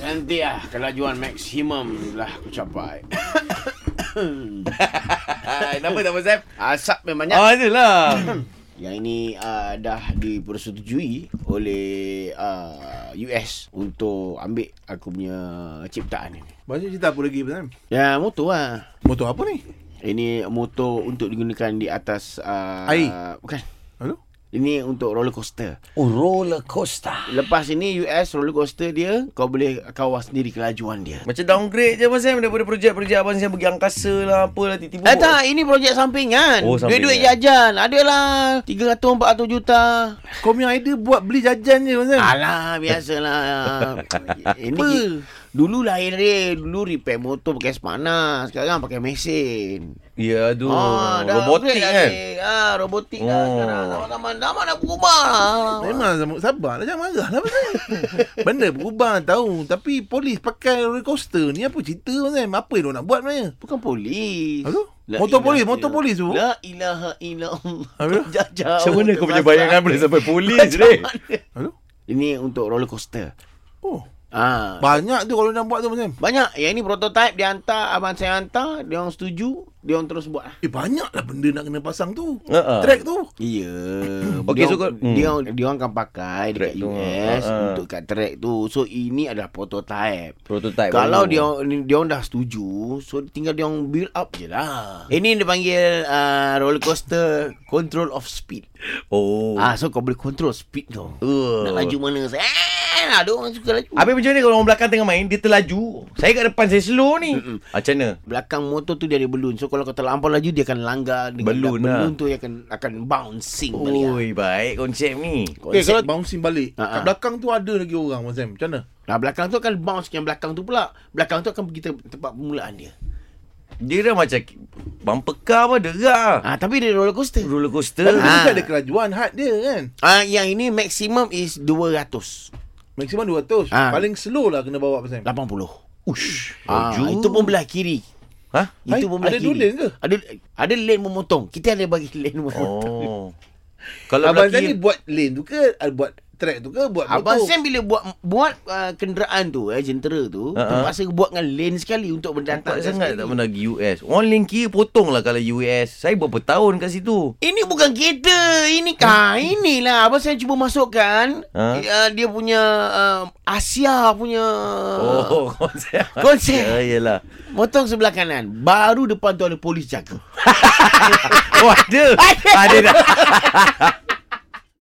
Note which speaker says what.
Speaker 1: Nanti lah kelajuan maksimum lah aku capai.
Speaker 2: Kenapa tak pasal?
Speaker 1: Asap memangnya.
Speaker 2: Ah, itulah.
Speaker 1: Yang ini uh, dah dipersetujui oleh uh, US untuk ambil aku punya ciptaan ni.
Speaker 3: Banyak cerita apa lagi pasal?
Speaker 1: Ya, motor lah.
Speaker 3: Motor apa ni?
Speaker 1: Ini motor untuk digunakan di atas uh,
Speaker 3: Air.
Speaker 1: Bukan.
Speaker 3: Hello?
Speaker 1: Ini untuk roller coaster.
Speaker 4: Oh, roller coaster.
Speaker 1: Lepas ini US roller coaster dia kau boleh kawal sendiri kelajuan dia.
Speaker 2: Macam downgrade je Abang Sam Daripada projek-projek Abang Sam pergi angkasa lah Apalah tiba-tiba
Speaker 1: Eh tak, ini projek sampingan.
Speaker 2: Oh, sampingan.
Speaker 1: Duit-duit jajan. Adalah 300 400 juta.
Speaker 3: Kau punya idea buat beli jajan je pasal?
Speaker 1: Alah, biasalah. ini
Speaker 3: Apa?
Speaker 1: ki- dulu lahir dia, dulu repair motor pakai panas, sekarang pakai mesin.
Speaker 2: Ya aduh
Speaker 1: Ah, dah upgrade
Speaker 2: Robotik
Speaker 1: dah,
Speaker 2: kan
Speaker 1: Dik. Ah, robotik dah
Speaker 2: Oh.
Speaker 1: sekarang. Zaman-zaman zaman dah berubah. Oh.
Speaker 3: Memang sama- sabarlah jangan marah lah pasal. Benda berubah tahu tapi polis pakai roller coaster ni apa cerita pasal? Apa yang dia nak buat sebenarnya?
Speaker 1: Bukan polis.
Speaker 3: Aduh,
Speaker 1: La
Speaker 3: motor
Speaker 1: ilaha
Speaker 3: polis, motor
Speaker 1: illallah.
Speaker 3: polis tu.
Speaker 1: La ilaha illallah.
Speaker 3: Aduh.
Speaker 1: Jajah.
Speaker 2: Macam mana kau punya
Speaker 1: Motor
Speaker 2: bayangan
Speaker 1: sasar.
Speaker 2: Boleh sampai polis ni
Speaker 3: Hello?
Speaker 1: Ini untuk roller coaster.
Speaker 3: Oh,
Speaker 1: Ah.
Speaker 3: banyak tu kalau nak buat tu pasal.
Speaker 1: Banyak. Yang ini prototype dia hantar, abang saya hantar, dia orang setuju, dia orang terus buat. lah.
Speaker 3: Eh banyaklah benda nak kena pasang tu.
Speaker 2: Ha-ha.
Speaker 3: Track tu.
Speaker 1: Ya.
Speaker 2: Okey,
Speaker 1: dia,
Speaker 2: so
Speaker 1: orang-
Speaker 2: kau- hmm.
Speaker 1: dia orang- dia orang akan pakai dekat
Speaker 2: Track tu,
Speaker 1: US
Speaker 2: ah, ah.
Speaker 1: untuk kat track tu. So ini adalah prototype.
Speaker 2: Prototype
Speaker 1: Kalau
Speaker 2: baru.
Speaker 1: dia orang- dia orang dah setuju, so tinggal dia orang build up je lah.
Speaker 2: Hmm.
Speaker 1: Ini dia panggil uh, roller coaster control of speed.
Speaker 2: Oh
Speaker 1: Ah, so kau boleh control speed kau.
Speaker 2: Oh.
Speaker 1: Nak laju mana? Eh, ada orang suka laju.
Speaker 2: Habis macam mana kalau orang belakang tengah main Dia terlaju Saya kat depan saya slow ni
Speaker 1: Mm-mm.
Speaker 2: Macam mana
Speaker 1: belakang motor tu dia ada balloon. So kalau kau terlampau laju dia akan langgar dengan
Speaker 2: Balloon lah.
Speaker 1: balloon tu dia akan akan bouncing balik. lah.
Speaker 2: Oi baik konsep ni
Speaker 3: Eh
Speaker 1: Konsep.
Speaker 3: kalau bouncing balik
Speaker 1: Ha, ha.
Speaker 3: Kat belakang tu ada lagi orang Mazem Macam mana?
Speaker 1: Nah, belakang tu akan bounce yang belakang tu pula. Belakang tu akan pergi te- tempat permulaan dia.
Speaker 2: Dia dah macam Bumper car pun derak
Speaker 1: Ah tapi dia roller coaster.
Speaker 2: Roller coaster
Speaker 3: Tapi
Speaker 1: Ha.
Speaker 3: ha. ada kelajuan hard dia kan
Speaker 1: Ah yang ini maximum is 200.
Speaker 3: Maksimum 200
Speaker 1: Ha.
Speaker 3: Paling slow lah kena bawa Mazem
Speaker 1: 80.
Speaker 2: Ush
Speaker 1: Ah
Speaker 2: laju.
Speaker 1: itu pun belah kiri.
Speaker 2: Ha?
Speaker 1: Itu
Speaker 3: Hai,
Speaker 1: pun belah
Speaker 3: ada
Speaker 1: kiri.
Speaker 3: dua lane ke?
Speaker 1: Ada ada lane memotong. Kita ada bagi lane memotong.
Speaker 2: Oh Kalau belah
Speaker 3: Abang Sam
Speaker 2: kiri-
Speaker 3: ni buat lane tu ke Ah, Buat track tu ke Buat
Speaker 1: Abang
Speaker 3: motor
Speaker 1: Sam bila buat buat uh, kenderaan tu, eh, jentera tu,
Speaker 2: Ha, ha.
Speaker 1: terpaksa buat dengan lane sekali untuk
Speaker 2: Tak
Speaker 1: berdantang sekali.
Speaker 2: sangat tak pernah pergi US Orang link kira potong lah kalau US Saya berapa tahun kat situ
Speaker 1: Ini bukan kereta. Ini kan. Inilah. Abang saya cuba masukkan.
Speaker 2: Ha?
Speaker 1: Uh, dia punya uh, Asia punya oh.
Speaker 2: Oh konsep
Speaker 1: Konsep.
Speaker 2: Ya yelah
Speaker 1: motong sebelah kanan. Baru depan tu ada polis jaga.
Speaker 2: Oh ada Ada dah